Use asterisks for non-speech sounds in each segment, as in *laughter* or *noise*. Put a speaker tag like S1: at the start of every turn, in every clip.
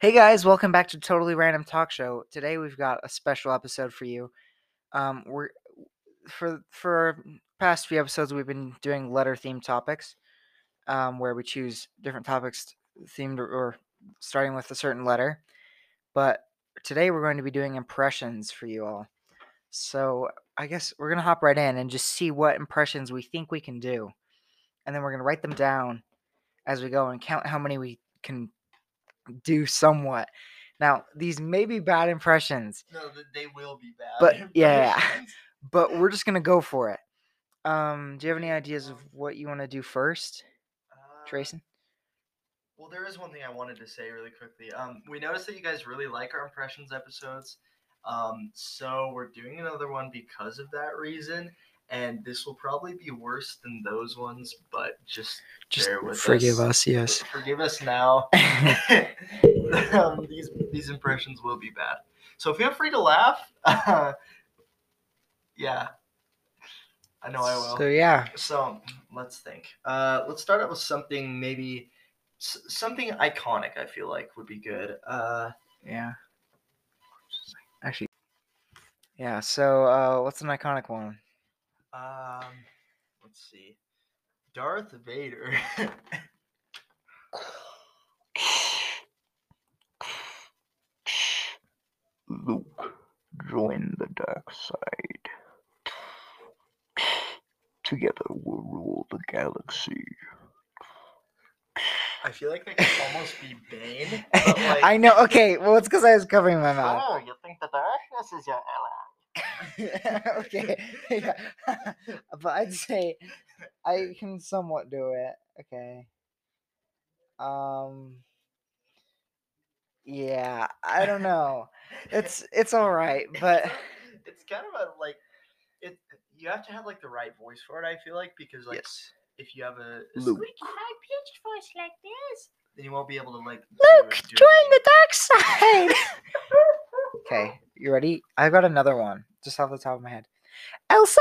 S1: Hey guys, welcome back to Totally Random Talk Show. Today we've got a special episode for you. Um, we're for for past few episodes we've been doing letter themed topics, um, where we choose different topics themed or- or starting with a certain letter. But today we're going to be doing impressions for you all. So I guess we're gonna hop right in and just see what impressions we think we can do, and then we're gonna write them down as we go and count how many we can do somewhat. Now, these may be bad impressions,
S2: No, th- they will be bad. *laughs*
S1: But, yeah. *laughs*
S2: impressions.
S1: but we're just gonna go for it. Um, do you have any ideas of what you want to do first,
S2: Uh,
S1: Trayson?
S2: Well, there is one thing I wanted to say really quickly. Um, we noticed that you guys really like our impressions episodes. Um, so we're doing another one because of that reason. And this will probably be worse than those ones, but just
S1: Just
S2: bear with
S1: forgive us,
S2: us.
S1: yes.
S2: forgive
S1: *laughs*
S2: us now. *laughs* um, these these impressions will be bad. So feel free to laugh. *laughs* yeah, I know I will.
S1: So yeah,
S2: So let's think. Uh, let's start out with something maybe s- something iconic. I feel like would be good. Uh,
S1: yeah. Actually, yeah. So uh, what's an iconic one?
S2: um, let's see. Darth Vader.
S1: Luke, join the dark side.
S3: Together we'll rule the galaxy.
S2: I feel like that could almost be Bane.
S1: *laughs*
S2: But like, Oh,
S1: I know. Okay. Well, it's because I was covering my mouth.
S2: you think the darkness is your
S1: *laughs*
S2: ally?
S1: okay. yeah. *laughs* but I'd say I can somewhat do it. Okay. Um Yeah, I don't know. It's it's all right, but
S2: *laughs* it's kind of a like it. You have to have like the right voice for it. I feel like because like
S1: yes.
S2: if you have a, a
S3: Luke.
S2: squeaky high pitched voice like this, then you won't be able to like
S1: Luke, join
S2: *laughs*
S1: the dark side. *laughs* okay, you ready? I've got another one just off the top of my head. Elsa,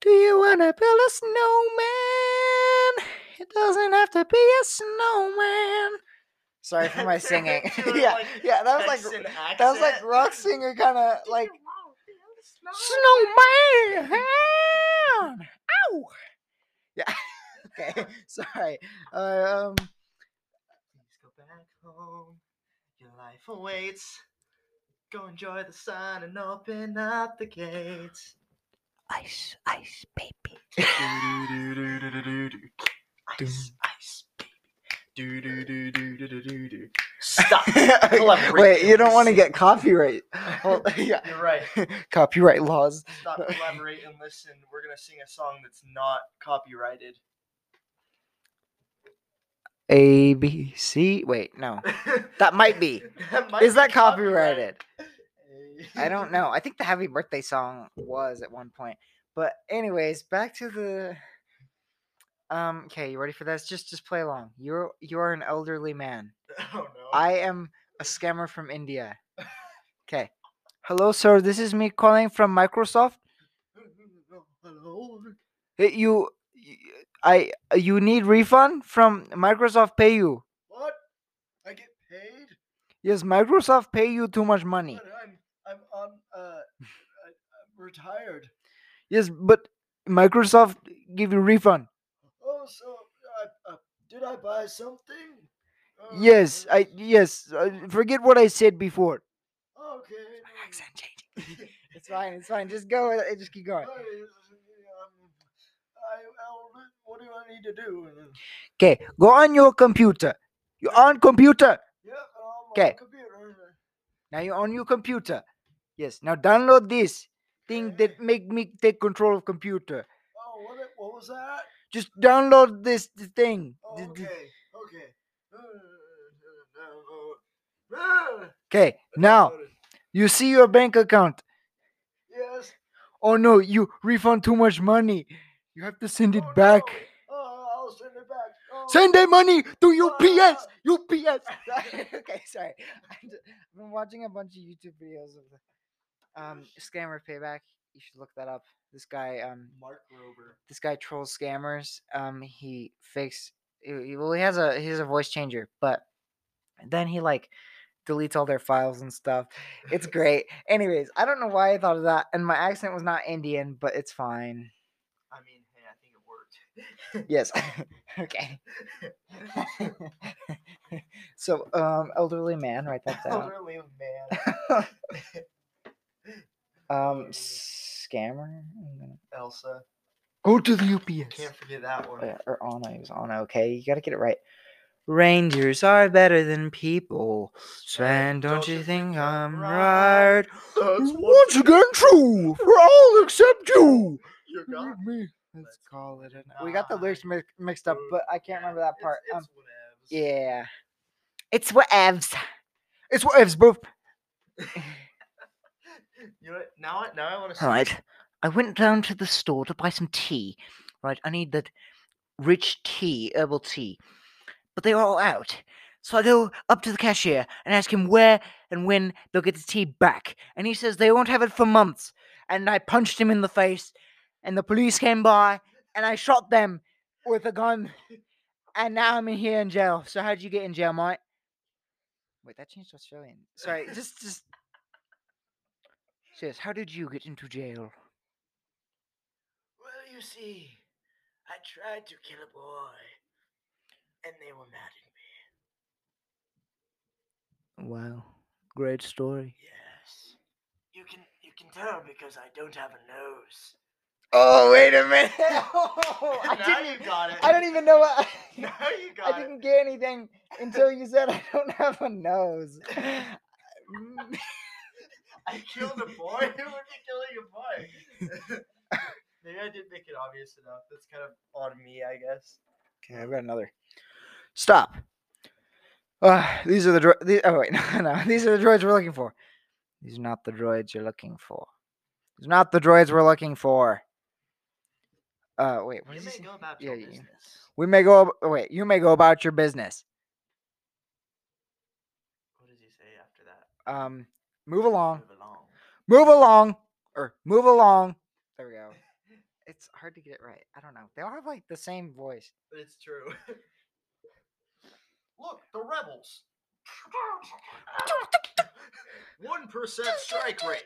S1: do you wanna build a snowman? It doesn't have to be a snowman. *laughs* Sorry for my singing.
S2: *laughs*
S1: yeah, yeah, that was like that was like rock singer kind *laughs* of like snowman. *laughs* Ow. *laughs* Yeah. *laughs* okay. Sorry. Uh, um.
S2: Please go back home. Your life awaits. Go enjoy the sun and open up the gates.
S1: Ice, ice, baby.
S2: Ice, ice, baby. Do, do, do, do, do, do, do, do.
S1: *laughs*
S2: Stop.
S1: Okay,
S2: Collaborate
S1: Wait, you don't want to
S2: this.
S1: get copyright. *laughs* Well, yeah.
S2: You're right.
S1: Copyright laws.
S2: Stop, collaborate, and listen. We're gonna sing a song that's not copyrighted.
S1: A B C. Wait, no. *laughs* That might be.
S2: *laughs* That might
S1: Is
S2: be
S1: that copyrighted?
S2: copyrighted.
S1: I *laughs*
S2: *laughs*
S1: don't know. I think the happy birthday song was at one point. But anyways, back to the um okay, you ready for this? Just just play along. You're you're an elderly man.
S2: Oh no.
S1: I am a scammer from India. Okay. Hello sir, this is me calling from Microsoft.
S2: Hello.
S1: Hey, You y- I you need refund from Microsoft pay you.
S2: *laughs* What? I get paid?
S1: Yes, Microsoft pay you too much money.
S2: But I'm I'm on uh I, I'm retired.
S1: Yes, but Microsoft give you refund.
S2: Oh, so uh, uh, did I buy something? Uh,
S1: Yes, I yes, I forget what I said before.
S2: Okay. no, *laughs*
S1: changing. *laughs* it's fine. It's fine. Just go. with it, Just keep
S2: I,
S1: going.
S2: um, I, I'll, what do I need to do? Uh,
S1: Okay. Go on your computer. You on computer.
S2: Yeah, on my
S1: Okay.
S2: computer.
S1: Now you on your computer. Yes. Now download this thing that make me take control of computer.
S2: Oh, what, it- what was that?
S1: Just download this th- thing.
S2: Oh,
S1: Th- th-
S2: okay, okay. Uh,
S1: Okay. Now you see your bank account.
S2: Yes.
S1: Oh no, you refund too much money. You have to send it
S2: Oh, no.
S1: back.
S2: Oh, I'll send it back. Oh,
S1: Send that
S2: *laughs*
S1: money to UPS.
S2: Ah.
S1: UPS. *laughs* okay, sorry. I'm ju- I've been watching a bunch of YouTube videos of the um, scammer payback. You should look that up. This guy, um,
S2: Mark Rober.
S1: this guy trolls scammers. Um, he fakes. he- he- Well, he has a he has a voice changer, but then he like deletes all their files and stuff.
S3: *laughs*
S1: It's great. Anyways, I don't know why I thought of that, and my accent was not Indian, but it's fine.
S2: I mean, hey, I think it worked. *laughs*
S1: Yes. *laughs* okay. *laughs* so, um, elderly man, write
S2: *laughs*
S3: Oh,
S1: that down.
S2: Elderly man.
S1: *laughs*
S3: *laughs*
S1: um, scammer. I'm gonna-
S2: Elsa.
S3: Go to the UPS.
S2: Can't forget that one.
S1: Yeah, uh, or Anna. It was Anna. Okay, you gotta get it right. Rangers are better than people. Sven, don't you think I'm right?
S2: That's what
S3: Once again, true for all except
S1: Oh
S3: you.
S1: *laughs*
S2: you got.
S3: Me.
S1: Let's call it. A, we got the lyrics mi- mixed up,
S2: Ooh,
S1: but I can't remember that
S2: It's-
S1: part.
S2: It's,
S1: Um,
S2: whatevs.
S1: yeah, it's whatevs. It's whatevs, bro.
S2: You know what? Now, I- now I want to.
S1: Right. I went down to the store to buy some tea. Right. I need that rich tea, herbal tea. But they're all out. So I go up to the cashier and ask him where and when they'll get the tea back. And he says they won't have it for months. And I punched him in the face. And the police came by and I shot them with a gun. And now I'm in here in jail. So how'd you get in jail, mate? Wait, that changed to Australian. Sorry, just just says, how did you get into jail?
S2: Well, you see, I tried to kill a boy, and they were mad at me.
S1: Wow. Great *laughs* story.
S2: Yes, you can you can tell because I don't have a nose.
S1: Oh, wait a minute.
S2: *laughs*
S1: I,
S2: now
S1: didn't,
S2: you got it.
S1: I don't even know what. I,
S2: *laughs* Now you
S1: *laughs* I
S2: got it.
S1: didn't get anything until you said I don't have a nose. *laughs* Mm.
S2: I killed a boy. *laughs* Who would be killing a boy? Maybe I didn't make it obvious enough. That's kind of on me, I guess.
S1: Okay, I've got another. Stop. Uh, these are the droids. oh wait, *laughs* no, no, these are the droids we're looking for. These are not the droids you're looking for. These are not the droids we're looking for. Uh, wait, what
S2: You
S1: is
S2: may
S1: this?
S2: go about
S1: yeah,
S2: your
S1: you-
S2: business.
S1: We may go. ab- oh, Wait, you may go about your business.
S2: What did he say after that?
S1: Um, move along.
S2: Move along.
S1: Move along, or move along. There we
S2: *laughs*
S1: go. It's hard to get it right. I don't know. They all have like the same voice.
S2: It's true. *laughs* Look, the rebels. One percent strike rate.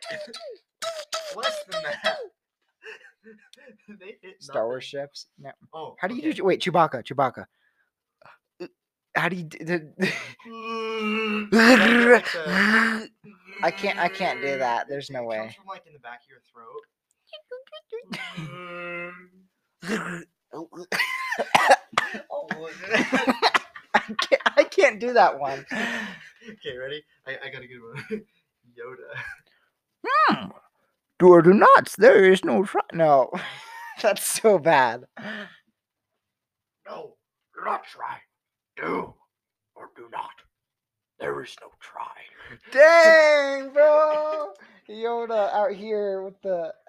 S2: Less than that. *laughs* they hit
S1: Star Wars
S2: nothing.
S1: ships. No.
S2: Oh,
S1: How do you do? Wait, Chewbacca. Chewbacca. Uh, How do you? d- *laughs* d-
S2: *laughs*
S1: *laughs*
S2: I
S1: I can't- I can't do that. There's no
S2: It
S1: way.
S2: comes from like in the back of your
S1: *laughs*
S2: throat. oh, look.
S1: *laughs* I can't, I can't do that one.
S2: okay, ready? I, I got a good one. *laughs* Yoda.
S1: Hmm. Do or do not. There is no try. No, *laughs* that's so bad.
S2: No, do not try. Do or do not. There is no try.
S1: Dang, bro! *laughs* Yoda out here with the. *sighs*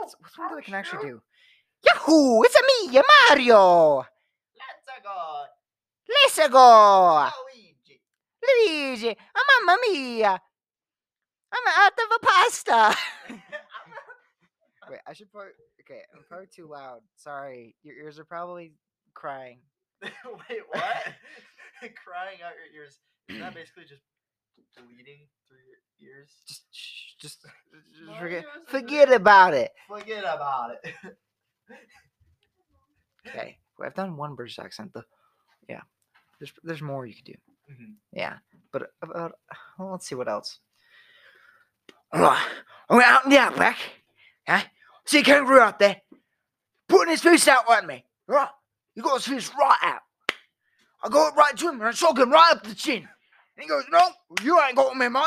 S1: What's, what's one that I can actually do? Yahoo! It's a me, Mario!
S2: Let's go.
S1: Let's go!
S2: Luigi. *laughs*
S1: Luigi! Oh, mamma mia! I'm out of a pasta! *laughs* Wait, I should probably. Okay, I'm probably too loud. Sorry. Your ears are probably crying.
S2: Wait, what? *laughs* Crying out your ears. Is that basically just bleeding through your ears?
S1: Just, shh, just, *laughs* just
S2: My
S1: forget,
S2: ears are-
S1: forget about it!
S2: Forget about it. *laughs*
S1: Okay. Well, I've done one British accent though. Yeah. There's there's more you could do.
S2: Mhm.
S1: Yeah. But about well, let's see what else. I went out in the outback. Huh? See a kangaroo out there. Putting his face out at me. Right. You got his face right out. I go up right to him and I shot him right up the chin. And he goes, No, you ain't got me, mate.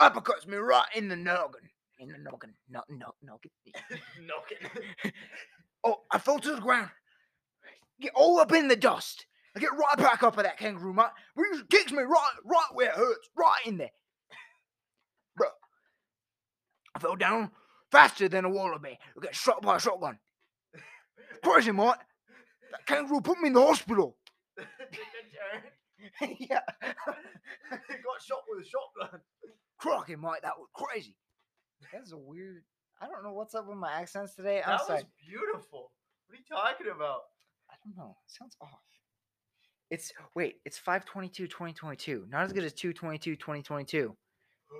S1: Uppercuts me right in the noggin. In the noggin. No, no, noggin.
S2: Knocking.
S1: *laughs* Oh, I fell to the ground. Get all up in the dust. I get right back up at that kangaroo, mate. But he kicks me right, right where it hurts, right in there. *laughs* Bro, I fell down faster than a wallaby. I get shot by a *laughs* shotgun. Crazy, mate. That kangaroo put me in the hospital.
S2: Took a
S1: *laughs* yeah,
S2: turn. Got shot with a shotgun.
S1: cracking, mate. That was crazy. That's a weird. I don't know what's up with my accents today.
S2: That was beautiful. What are you talking about?
S1: I don't know. It sounds off. It's wait, it's 522 2022. Not as good as 222 2022.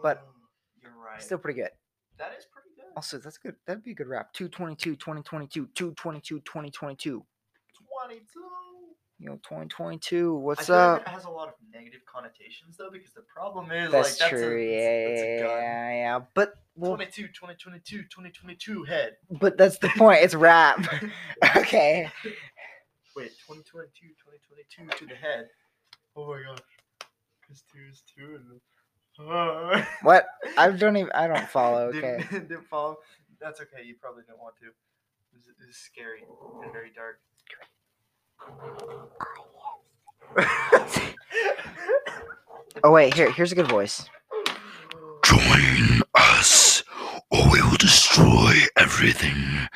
S1: But-
S2: *gasps* you're right.
S1: Still pretty good.
S2: that is pretty good.
S1: Also, that's good. That'd be a good rap. 222 2022 222 2022.
S2: 22.
S1: You know, 2022.
S2: I
S1: What's
S2: feel like
S1: up?
S2: that has a lot of negative connotations though, because the problem is
S1: That's
S2: like that's
S1: true.
S2: a,
S1: yeah,
S2: that's, a
S1: yeah,
S2: gun.
S1: yeah, yeah. But well,
S2: 22, 2022, 2022 head.
S1: but that's the point. It's
S2: *laughs*
S1: rap. *laughs* okay.
S2: Wait, 2022, 2022 to the head. Oh my god. Because two is two and the... *laughs*
S1: What? I don't even. I don't follow. Okay.
S2: Didn't, *laughs* didn't follow. That's okay. You probably didn't want to. This is- this is scary and very dark.
S1: Oh wait. Here. Here's a good voice.
S4: Join us, or we will destroy everything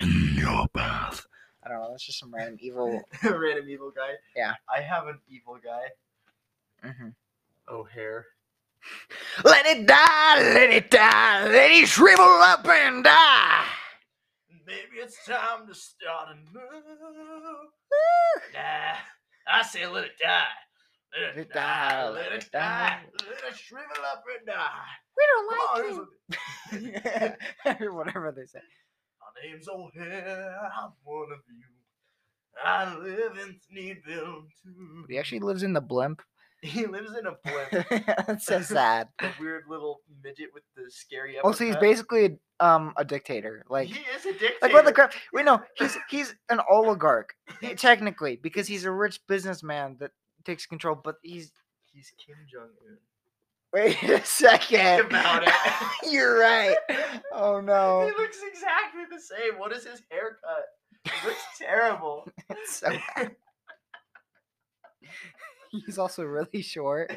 S4: in your path.
S1: I don't know. That's just some random *laughs* evil.
S2: *laughs* Random evil guy.
S1: Yeah.
S2: I have an evil guy. mm-hmm. Oh,
S1: hmm
S2: O'Hare.
S1: Let it die. Let it die. Let it shrivel up and die.
S2: Maybe it's time to start a new. Nah, I say let it die. Let it die. Let it die. Let it shrivel up and die.
S1: We
S2: Come on,
S1: don't
S2: everybody.
S1: *laughs* like you. *laughs* Whatever they say.
S2: My name's O'Hare. I'm one of you. I live in Sneedville too.
S1: He actually lives in the blimp.
S2: He lives in a blimp.
S1: *laughs* that's so sad.
S2: the weird little midget with the scary.
S1: *laughs*
S2: upper
S1: Also, Oh, he's
S2: cut.
S1: basically um a dictator. Like.
S2: he is a dictator.
S1: Like what the crap? We know he's he's an oligarch *laughs* eh, technically because he's a rich businessman that takes control. But he's
S2: He's Kim Jong Un.
S1: *laughs* wait a second.
S2: about it.
S1: *laughs* You're right. Oh no, *laughs*
S2: He looks exactly the same. What is his haircut? It
S1: *laughs*
S2: looks terrible.
S1: It's so bad. *laughs* he's also really short.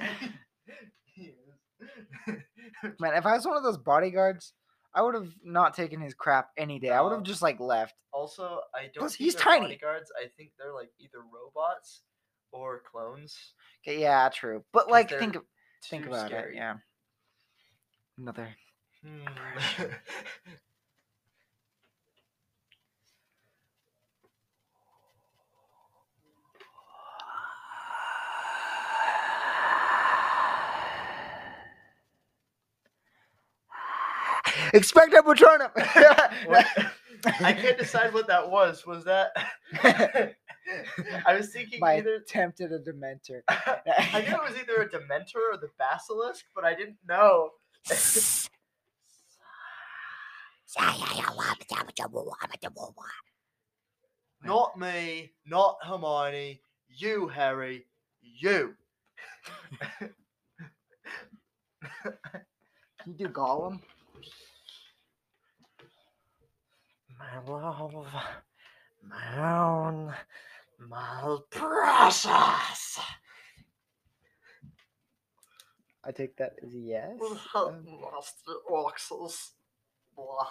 S2: He is.
S1: Man, if I was one of those bodyguards, I would have not taken his crap any day. I would
S2: No.
S1: have just like left.
S2: *laughs* also, I don't.
S1: Plus,
S2: think
S1: he's
S2: they're
S1: tiny.
S2: Bodyguards. I think they're like either robots or clones.
S1: 'Kay, yeah, true. But
S2: 'Cause
S1: like,
S2: they're
S1: think of- think
S2: Too
S1: about
S2: scary.
S1: it. Yeah. Another. *sighs* *laughs*
S2: Hmm.
S1: Expect a patronum.
S2: *laughs* What-
S1: *laughs*
S2: I can't decide what that was. Was that? *laughs* I was thinking
S1: My
S2: either. *laughs*
S1: attempt at a dementor.
S2: I knew it was either a Dementor or the Basilisk, but I didn't know.
S5: *laughs*
S2: Not me, not Hermione, you, Harry, *laughs* you.
S1: Can you do Gollum?
S2: My love, my own, my precious.
S1: *laughs* I take that as a yes.
S2: *laughs*
S1: Um, *laughs*
S2: Master Oxus. Blah.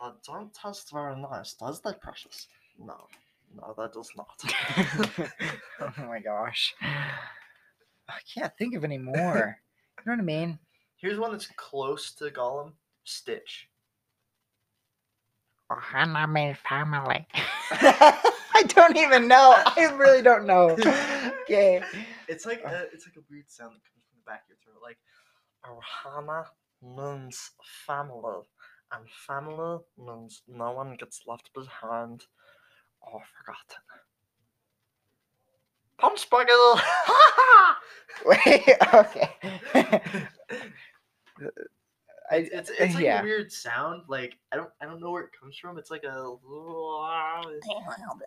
S2: That don't taste very nice, does that, precious? No, no, that does not. *laughs*
S1: oh my gosh. I can't think of any more. you know what I
S2: *laughs*
S1: mean? *laughs*
S2: Here's one that's close to Gollum Stitch.
S5: Oh, and I made *laughs* family.
S1: I don't even know. I really don't
S2: *laughs*
S1: know. Okay.
S2: It's
S1: Ah.
S2: like a, it's like a weird sound that comes from the back of your throat, like Ohana means family, and family means no one gets left behind or forgotten. Punch buggle! *laughs*
S1: Wait, *laughs* okay. *laughs* I,
S2: it's it's like
S1: yeah.
S2: a weird sound. Like I don't I don't know where it comes from. It's like a *laughs* you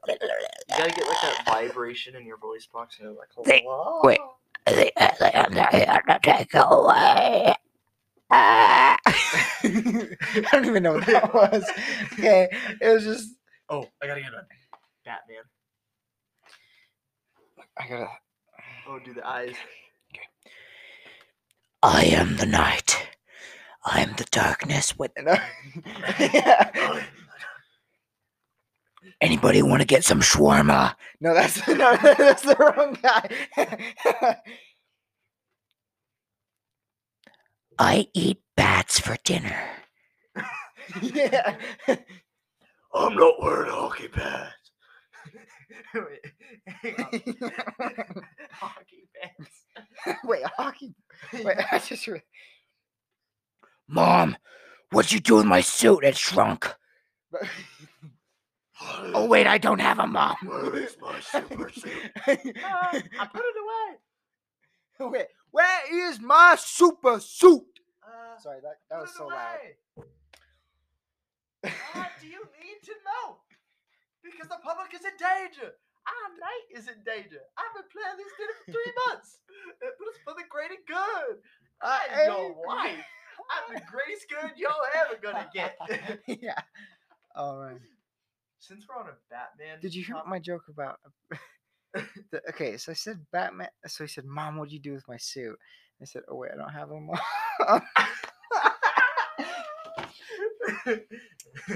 S2: gotta get like that vibration in your voice box. You know,
S1: *laughs*
S2: like
S5: They- wait. The Undertaker away. Ah.
S1: I don't even know what that
S5: *laughs*
S1: was. Okay, it was just.
S2: Oh, I gotta get one. Batman.
S1: I gotta.
S2: Oh, do the
S1: *laughs*
S2: eyes. *laughs*
S5: I am the night. I am the darkness. With
S1: No. *laughs* yeah.
S5: anybody want to get some shawarma?
S1: No, that's *laughs* no, that's the wrong guy. *laughs*
S5: I eat bats for dinner.
S1: yeah.
S2: I'm not wearing a hockey pads. *laughs* Wait, hang
S1: *laughs*
S2: on. *laughs* Hockey pants.
S1: Wait, hockey. Wait, *laughs* I just re-
S5: Mom, what'd you do with my suit? It shrunk. Oh, wait, I don't have a mom.
S4: *laughs* Where is my super suit?
S2: *laughs* Ah, I put it
S1: *laughs*
S2: away.
S1: Wait, where is my super suit?
S2: Uh,
S1: Sorry, that, that
S2: put
S1: was
S2: it
S1: so loud.
S2: away. What do you need to know? Because the public is in danger. Our night is in danger. I've been playing this game
S1: *laughs*
S2: for three months, uh, but it's for the greater good. I'm your
S1: angry.
S2: wife. I'm the greatest good y'all ever gonna
S1: *laughs*
S2: get.
S1: yeah. All right.
S2: Since we're on a Batman,
S1: Did you hear *laughs*
S2: topic-
S1: my joke about? the, okay, so I said Batman. So he said, "Mom, what'd you do with my suit?" I said, "Oh wait, I don't have a mom." *laughs*
S2: *laughs* That's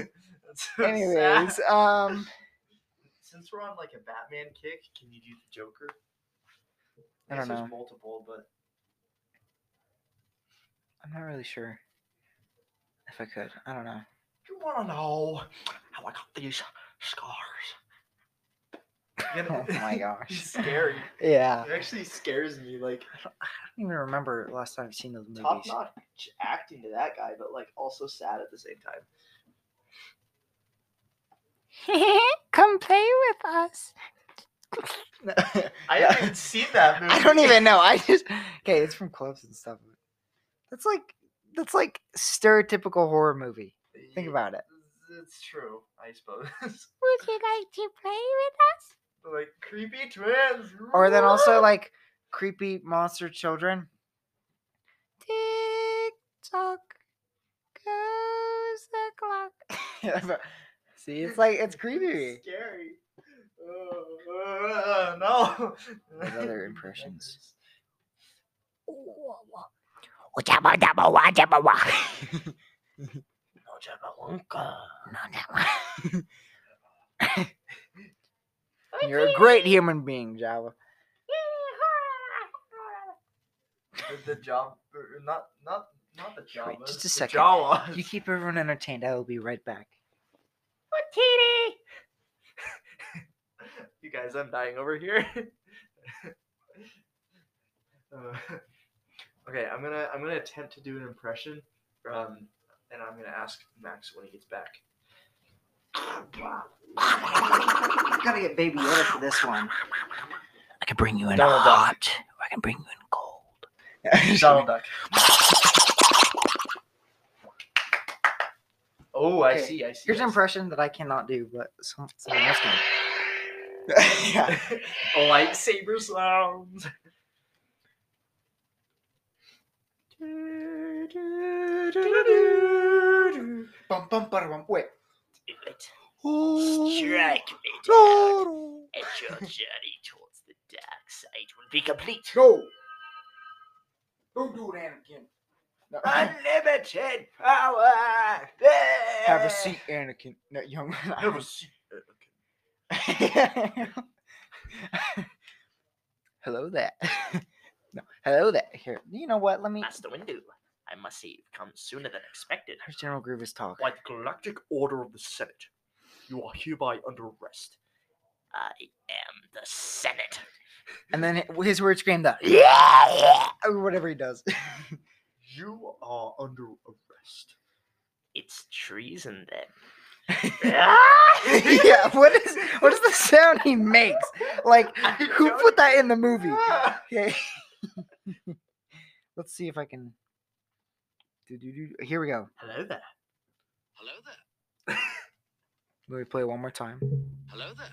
S2: so sad.
S1: Anyways,
S5: *laughs*
S1: um,
S2: Since we're on like a Batman kick, can you do the Joker?
S1: I
S2: guess
S1: don't
S2: there's
S1: know.
S2: multiple, but
S1: I'm not really sure if I could. I don't
S2: *laughs*
S1: know.
S2: You want to know how I got these scars?
S1: *laughs* Oh my
S2: He's
S1: gosh. *laughs*
S2: scary.
S1: Yeah. I
S2: It actually scares me. Like
S1: don't even remember the last time I've seen those movies.
S2: top notch acting to that guy, but like also sad at the same time.
S5: Come play with us.
S2: *laughs* I haven't even seen *laughs* that movie.
S1: I don't even know. I just okay. It's from clips and stuff. That's like that's like stereotypical horror movie. Think about it.
S2: It's true, I suppose. *laughs*
S5: Would you like to play with us?
S2: like creepy twins.
S1: Or then also like creepy monster children.
S5: Tick tock goes the clock.
S1: *laughs* See, it's like it's creepy.
S2: Scary. Uh, uh, no.
S1: What
S2: *laughs*
S1: other impressions?
S5: Ujaba daba wa jabba wa.
S1: *laughs*
S2: No Jabba Wonka.
S5: *laughs*
S1: You're a great human being, Java.
S2: The, the job, er, not not not the Jawas.
S1: Wait, just a
S2: the
S1: second.
S2: Jawas.
S1: You keep everyone entertained. I will be right back.
S2: *laughs* you guys, I'm dying over here. *laughs* Uh, okay, I'm gonna I'm gonna attempt to do an impression, um, and I'm gonna ask Max when he gets back.
S1: I gotta get Baby Yoda for this one. *laughs*
S5: I can bring you in
S2: Donald Duck.
S5: hot, or I can bring you in cold.
S2: *laughs* Donald Duck. Oh, I
S1: Okay,
S2: see. I see.
S1: Here's
S2: I
S1: an
S2: see.
S1: impression that I cannot do, but some, someone else can. *laughs* yeah.
S2: *laughs* Lightsaber
S1: *laughs*
S2: sounds.
S1: Bum, bum, bada, bum. Wait.
S5: Strike me down,
S3: Oh,
S5: and your journey towards the dark side will be complete.
S1: No. Don't do it, Anakin. No.
S2: Unlimited power.
S1: Have a seat, Anakin. No, young man.
S2: Have a seat. Uh, okay.
S1: *laughs* Hello there. *laughs* no. Hello there. Here. You know what? Let me.
S5: Master Windu, I must say you've come sooner than expected.
S1: Here's General Grievous talk.
S6: By the Galactic Order of the Senate, you are hereby under arrest.
S5: I am the Senate.
S1: And then hi- his words scream that.
S5: Yeah, yeah.
S1: Or whatever he does. *laughs*
S6: You are under arrest.
S5: It's treason then. *laughs*
S1: yeah. What is what is the sound he makes? Like who put that in the *laughs* movie? Okay. *laughs* Let's see if I can. Do-do-do. Here we go.
S6: Hello there.
S4: Hello there.
S1: Let me play it one more time.
S4: Hello there.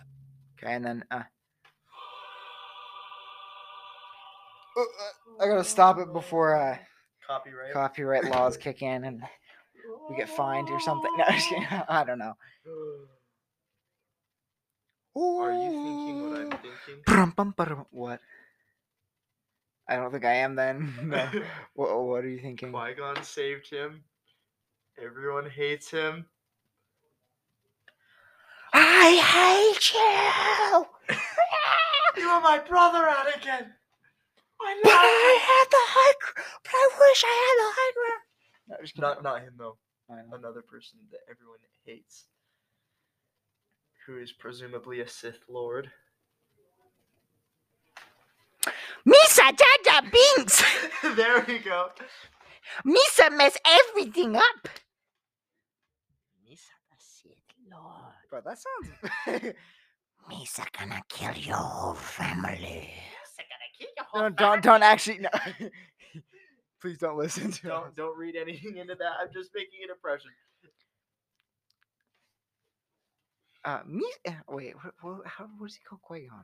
S1: Okay, and then uh. Uh, uh, I gotta stop it before uh,
S2: Copyright.
S1: copyright laws kick in and we get fined or something. *laughs* No, just kidding. I don't know.
S2: Are you thinking what I'm thinking?
S1: Brum, bum, brum. What? I don't think I am then. *laughs*
S2: *laughs*
S1: No. what, what are you thinking?
S6: *laughs*
S2: Qui Gon saved him. Everyone hates him.
S5: I hate you! *laughs*
S2: You are my brother, Anakin. I
S5: But
S1: *laughs*
S5: I had the high. gr- But I wish I had the high ground.
S1: No, just kidding.
S2: Not, not him though.
S1: I know.
S2: Another person that everyone hates. who is presumably a Sith Lord. *laughs*
S5: Misa Jaja Binks!
S2: there we go.
S5: Misa messed everything up! Misa the Sith Lord.
S1: Bro, that sounds. *laughs*
S5: Misa gonna kill your whole family.
S1: no, don't, don't actually. No. *laughs* Please don't listen to
S2: Don't
S1: us.
S2: don't read anything into that. I'm just making an impression.
S1: Uh, me. uh, Wait, what, what, how, what is he called? Qui Gon.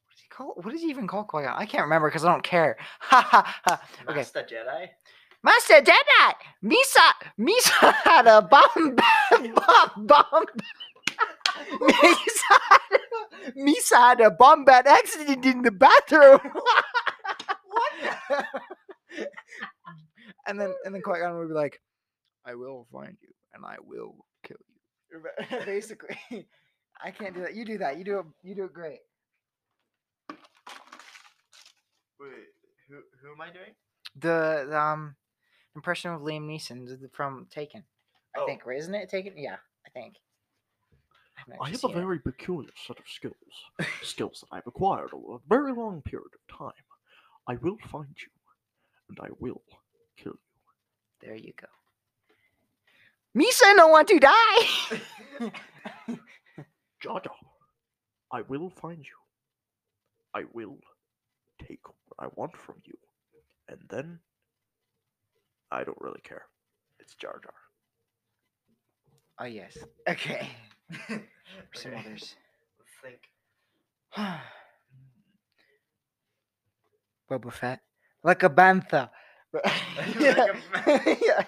S1: What is he called? What does he even call Qui Gon? I can't remember because I don't care. *laughs* Ha ha ha. Okay,
S2: Master Jedi.
S5: Master Jedi!
S1: Misa, Misa *laughs* had a bomb, bomb, bomb. *laughs* Misa, had a- Misa had a bomb bat accident in the bathroom. what? *laughs* and then, and then Qui Gon would be like, "I will find you, and I will kill you." Ba- *laughs* Basically, I can't do that. You do that. You do it. You do it great.
S2: Wait, who who am I doing?
S1: The, the um impression of Liam Neeson th- th- from Taken, I
S2: Oh. *laughs*
S1: think, right? Isn't it Taken? Yeah, I think. haven't
S6: I
S1: actually
S6: have a
S1: seen it.
S6: very peculiar set of skills, skills that I've acquired over a very long period of time. I will find you, and I will kill you.
S1: There you go. Misa don't want to die.
S6: Jar Jar, I will find you. I will take what I want from you, and then I don't really care. It's Jar Jar.
S1: oh yes. Okay. For some
S2: Okay,
S1: others. *sighs*
S2: Let's think. *laughs*
S1: Boba Fett. Like a bantha. *laughs* yeah. *laughs* yeah.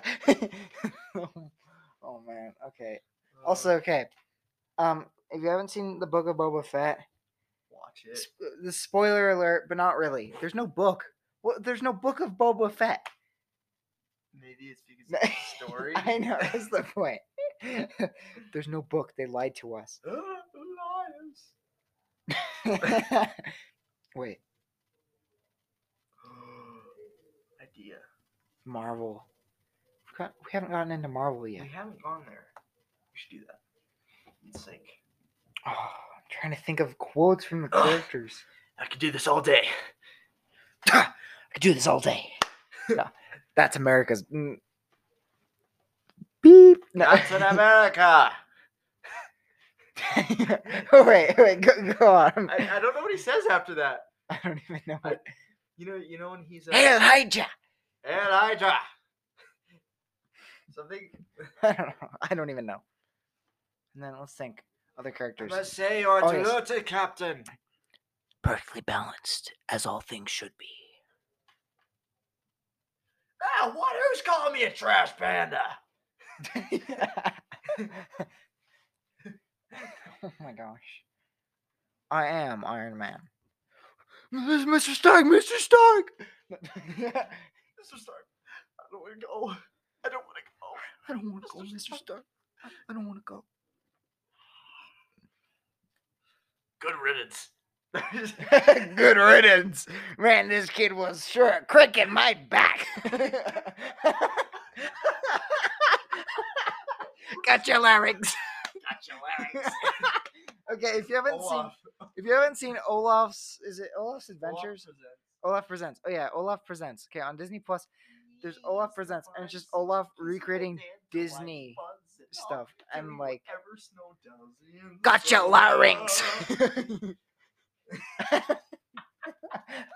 S1: oh man. Okay. Also,
S2: Uh,
S1: okay. Um, if you haven't seen the book of Boba Fett,
S2: watch it.
S1: sp- the spoiler alert, but not really. There's no book. Well, there's no book of Boba Fett.
S2: Maybe it's because it's a story.
S1: *laughs* I know that's
S2: *laughs* *gasps*
S1: the point. *laughs* There's no book. They lied to
S2: *laughs*
S1: us. *laughs*
S2: Ah, Liars.
S1: Wait,
S2: *gasps* Idea.
S1: Marvel. We got- We haven't gotten into Marvel
S2: We
S1: yet.
S2: haven't gone there. We should do that. In sync.
S1: Oh, I'm trying to think of quotes
S2: *gasps*
S1: from the characters.
S6: I could do this all
S2: *laughs*
S6: day.
S5: I could do this all day.
S1: That's America's. mm. Beep. No.
S2: That's in America.
S1: *laughs* wait, wait, go, go on.
S2: I, I don't know what he says after that.
S1: *laughs* I don't even know.
S2: I-
S1: What...
S2: You know, you know when he's uh,
S5: Hail Hydra!
S2: Elijah. Something.
S1: *laughs* I don't know. I don't even know. And then let's think. Other
S2: I
S1: characters.
S2: must say you are
S1: Oh,
S2: to
S1: yes.
S2: Lute, Captain.
S5: Perfectly balanced, as all things should be.
S2: Ah, what? Who's calling me a trash panda?
S1: *laughs* oh my gosh. I am Iron *laughs* Man.
S3: Mr. Stark, Mr. Stark.
S2: *laughs* Mr. Stark, I don't want to go. I don't want to go.
S3: I don't want to go,
S2: Mr.
S3: Mr.
S2: Stark.
S3: Stark. I- I don't want to go.
S2: Good
S1: *laughs*
S2: riddance.
S1: Good riddance. Man, this kid was sure a crick in my back. *laughs*
S5: Got your larynx!
S1: okay, if you haven't seen
S2: Olaf.
S1: if you haven't seen Olaf's is it Olaf's Adventures? Olaf
S2: Olaf presents.
S1: Presents. Oh yeah, Olaf Presents. Okay, on Disney Plus there's Olaf Presents, and it's just Olaf recreating Disney stuff.
S2: Oh,
S1: And like
S5: Gotcha, larynx.
S1: *laughs*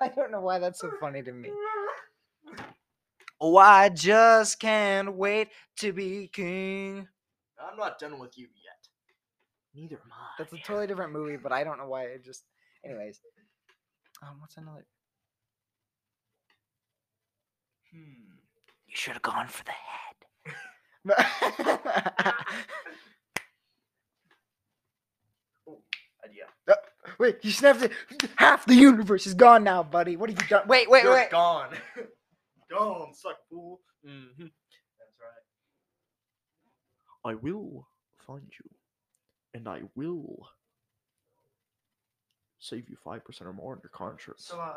S1: I don't know why that's so funny to me. Oh, I just can't wait to be king.
S2: I'm not done with you yet.
S6: Neither am I.
S1: That's a totally different movie, but I don't know why it just. Anyways, um, what's another? *laughs*
S2: Hmm.
S5: You should have gone for the head.
S2: Idea.
S1: wait, you snapped it. Half the universe is gone now, buddy. What have you done? Wait, wait,
S2: You're
S1: wait.
S2: gone. *laughs* gone, suck fool. Mm-hmm. That's right.
S6: I will find you, and I will save you five percent or more on your contract.
S1: So, uh,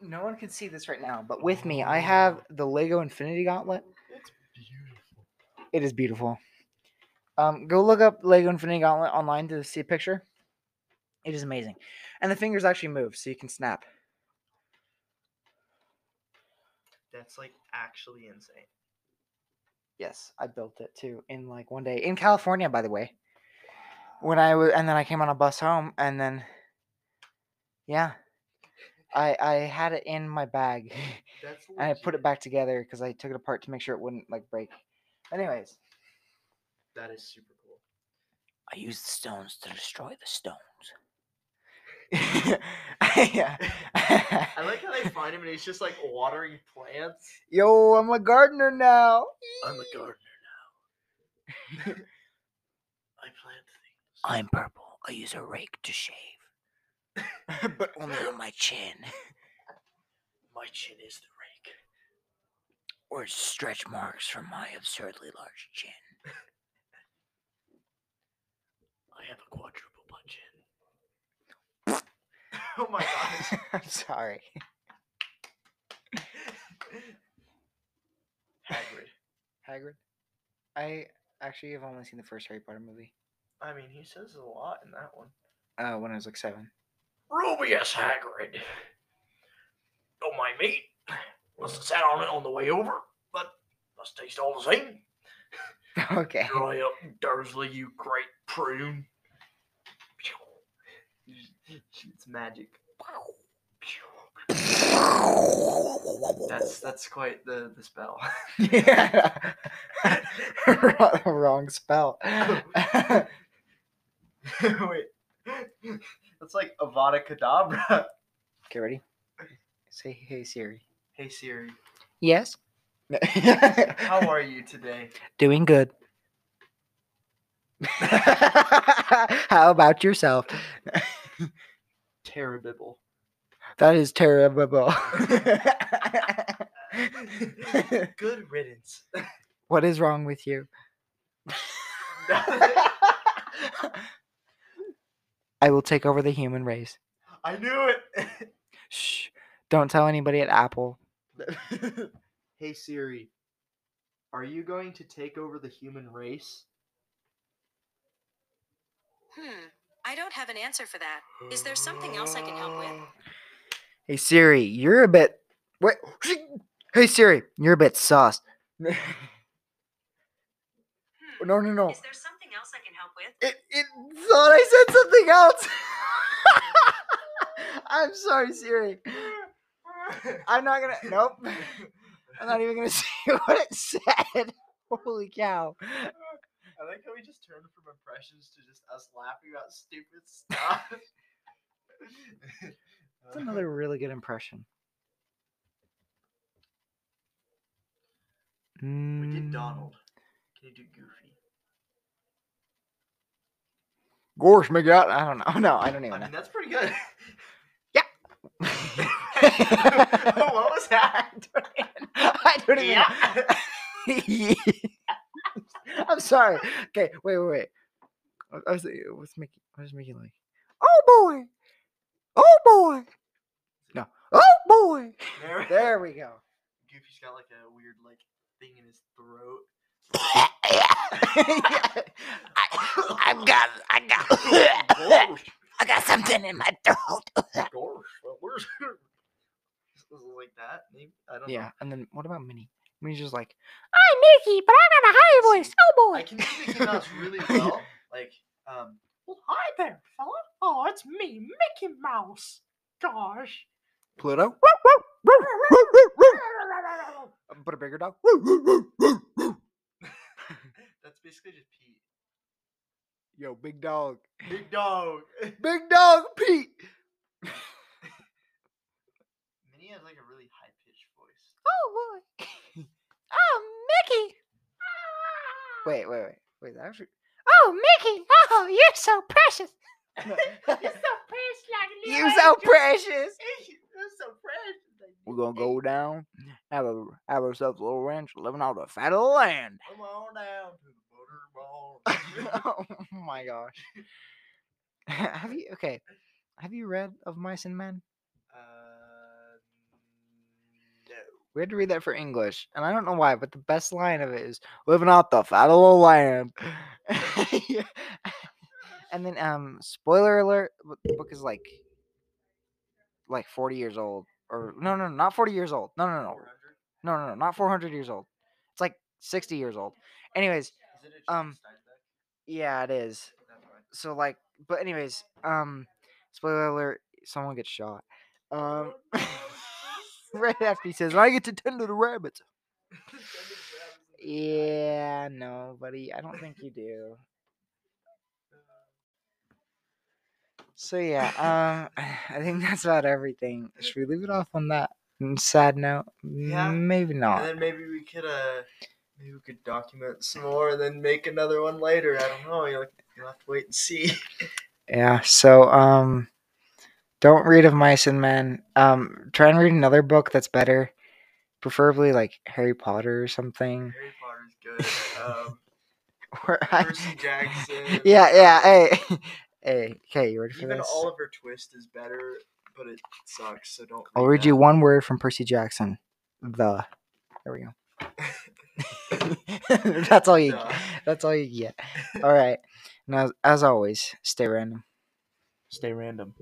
S1: no one can see this right now, but with me, I have the Lego Infinity Gauntlet.
S2: It's beautiful.
S1: It is beautiful. Um, go look up Lego Infinity Gauntlet online to see a picture. It is amazing, and the fingers actually move, so you can snap.
S2: That's like actually insane.
S1: Yes, I built it too in like one day in California, by the way. When I was, and then I came on a bus home, and then, yeah, I I had it in my bag, *laughs*
S2: That's
S1: and I put it
S2: legit.
S1: back together because I took it apart to make sure it wouldn't like break. Anyways,
S2: That is super cool.
S5: I used the stones to destroy the stone.
S1: yeah.
S2: I like how they find him and he's just like watering plants.
S1: *laughs* Yo, I'm a gardener now. *laughs*
S4: I'm a gardener
S2: *laughs*
S4: now. I plant things.
S5: I'm purple. I use a rake to shave.
S1: but only
S5: On my chin. *laughs*
S4: My chin is the rake.
S5: Or stretch marks from my absurdly large chin.
S4: I have a quadruple butt chin.
S2: *laughs* Oh my gosh.
S1: I'm sorry.
S2: Hagrid.
S1: Hagrid. I actually have only seen the first Harry Potter movie.
S2: I mean, he says a lot in that one.
S1: Uh, when I was like seven. *laughs*
S4: Rubius Hagrid. Don't mind me. Must sat on it on the way over, but must taste all the same.
S1: okay. *laughs*
S4: Dry up, Dursley, you great prune.
S2: It's magic. That's that's quite the the spell. *laughs*
S1: yeah. Wrong- Wrong spell. *laughs*
S2: Wait. That's like Avada Kedavra. *laughs*
S1: okay, ready? Say hey Siri.
S2: Hey Siri,
S1: *laughs* Yes.
S2: how are you today?
S1: Doing good. *laughs* How about yourself?
S2: Terrible.
S1: That is *laughs* terrible.
S2: *laughs* Good riddance.
S1: what is wrong with you? I will take over the human race.
S2: I knew it. *laughs*
S1: Shh. Don't tell anybody at Apple.
S2: hey Siri, are you going to take over the human race?
S7: Hmm. I don't have an answer for that. Is there something else I can help
S2: *laughs*
S7: with?
S1: Hey Siri, you're a bit. What? *laughs* Hey Siri, you're a bit sus. no,
S7: Hmm.
S1: no, no.
S7: Is there something else I can help with?
S1: It, it thought I said something else. *laughs* I'm sorry, Siri. I'm not gonna.
S2: *laughs*
S1: Nope. I'm not even gonna *laughs* say what it said. Holy cow.
S2: I like how we just turned from impressions to just us laughing about stupid stuff. *laughs*
S1: That's another really good impression.
S2: We did
S1: Mm.
S2: Donald. Can you do Goofy?
S1: Gorsh, make out. I don't know. *laughs* No, I don't
S2: I
S1: even
S2: mean, that's pretty
S1: *laughs*
S2: good. *laughs*
S1: know.
S2: what was that?
S1: *laughs* I don't even.
S2: Yeah.
S1: know. *laughs* I'm sorry. Okay, wait, wait, wait. I- I was, like, what's Mickey? What is Mickey like? Oh boy! Oh boy! No. Oh boy!
S2: There.
S1: There we *laughs* go.
S2: Goofy's got like a weird like thing in his throat.
S5: *laughs*
S2: *laughs*
S5: I,
S8: *laughs*
S5: I've got, I *laughs* got, I got something in my throat. *laughs*
S2: Gosh, well, where's Something like that? Maybe I don't
S1: yeah, and then what about Minnie? Minnie's just like,
S5: I'm Mickey, but I got a high voice. Oh
S2: know.
S5: boy.
S2: I can do Mickey Mouse really well. Like, um,
S8: Well, hi there, fella. Oh, it's me, Mickey Mouse. Gosh.
S1: Pluto. But a bigger dog.
S2: that's basically just Pete.
S1: Yo, big dog.
S2: Big dog. *laughs*
S1: Big dog Pete.
S2: Minnie has like a really high pitched voice. *laughs*
S5: Oh
S8: *laughs*
S5: boy. Oh Mickey.
S8: Ah.
S1: Wait, wait, wait. Wait, that actually.
S5: Oh Mickey. Oh, you're so precious.
S8: You're so precious like a little
S1: You so
S8: angel.
S1: precious.
S2: That's so fresh.
S5: We're gonna go down, have a have ourselves a little ranch, living out the fat of the land.
S2: Come on down to the butterball.
S1: *laughs*
S2: Uh,
S1: oh my
S5: *laughs*
S1: gosh. have you okay? Have you read of Mice and Men?
S2: uh, no.
S1: We had to read that for English, and I don't know why, but the best line of it is "living off the fat of the land." *laughs* Yeah. and then, um, spoiler alert: bu- the book is like, like forty years old, or no, no, not forty years old. No, no, no, no, no, no not four hundred years old. It's like sixty years old. Anyways,
S2: Is it a
S1: Um,
S2: John Steinbeck?
S1: yeah, it is.
S2: That's right.
S1: So like, but anyways, um, spoiler alert: someone gets shot. Um, *laughs* right after he says, "I get to tend to the rabbits."
S2: *laughs*
S1: Yeah, no, buddy. I don't think you do. So
S2: *laughs*
S1: yeah, um, *sighs* I think that's about everything. Should we leave it off on that mm, sad note?
S2: Yeah.
S1: Maybe
S2: And
S1: not.
S2: then maybe we could uh maybe we could document some more and then make another one later. I don't know. You'll, you'll have to wait
S1: *laughs*
S2: and see.
S1: Yeah. So um, don't read of mice and men. Um, try and read another book that's better, preferably like Harry Potter or
S2: *laughs*
S1: something.
S2: Harry Potter's good.
S1: *laughs*
S2: Um,
S1: Where
S2: Percy Jackson,
S1: *laughs* yeah, yeah.
S2: um,
S1: Hey, *laughs* hey. Okay, you ready for
S2: even
S1: this?
S2: Oliver Twist is better, but it sucks. So don't.
S1: I'll read
S2: that.
S1: you one word from Percy Jackson. The. There we
S2: *laughs*
S1: go. *laughs* that's all you.
S2: Duh.
S1: *laughs* That's all you get. All right. Now, as always, stay random.
S6: Stay random.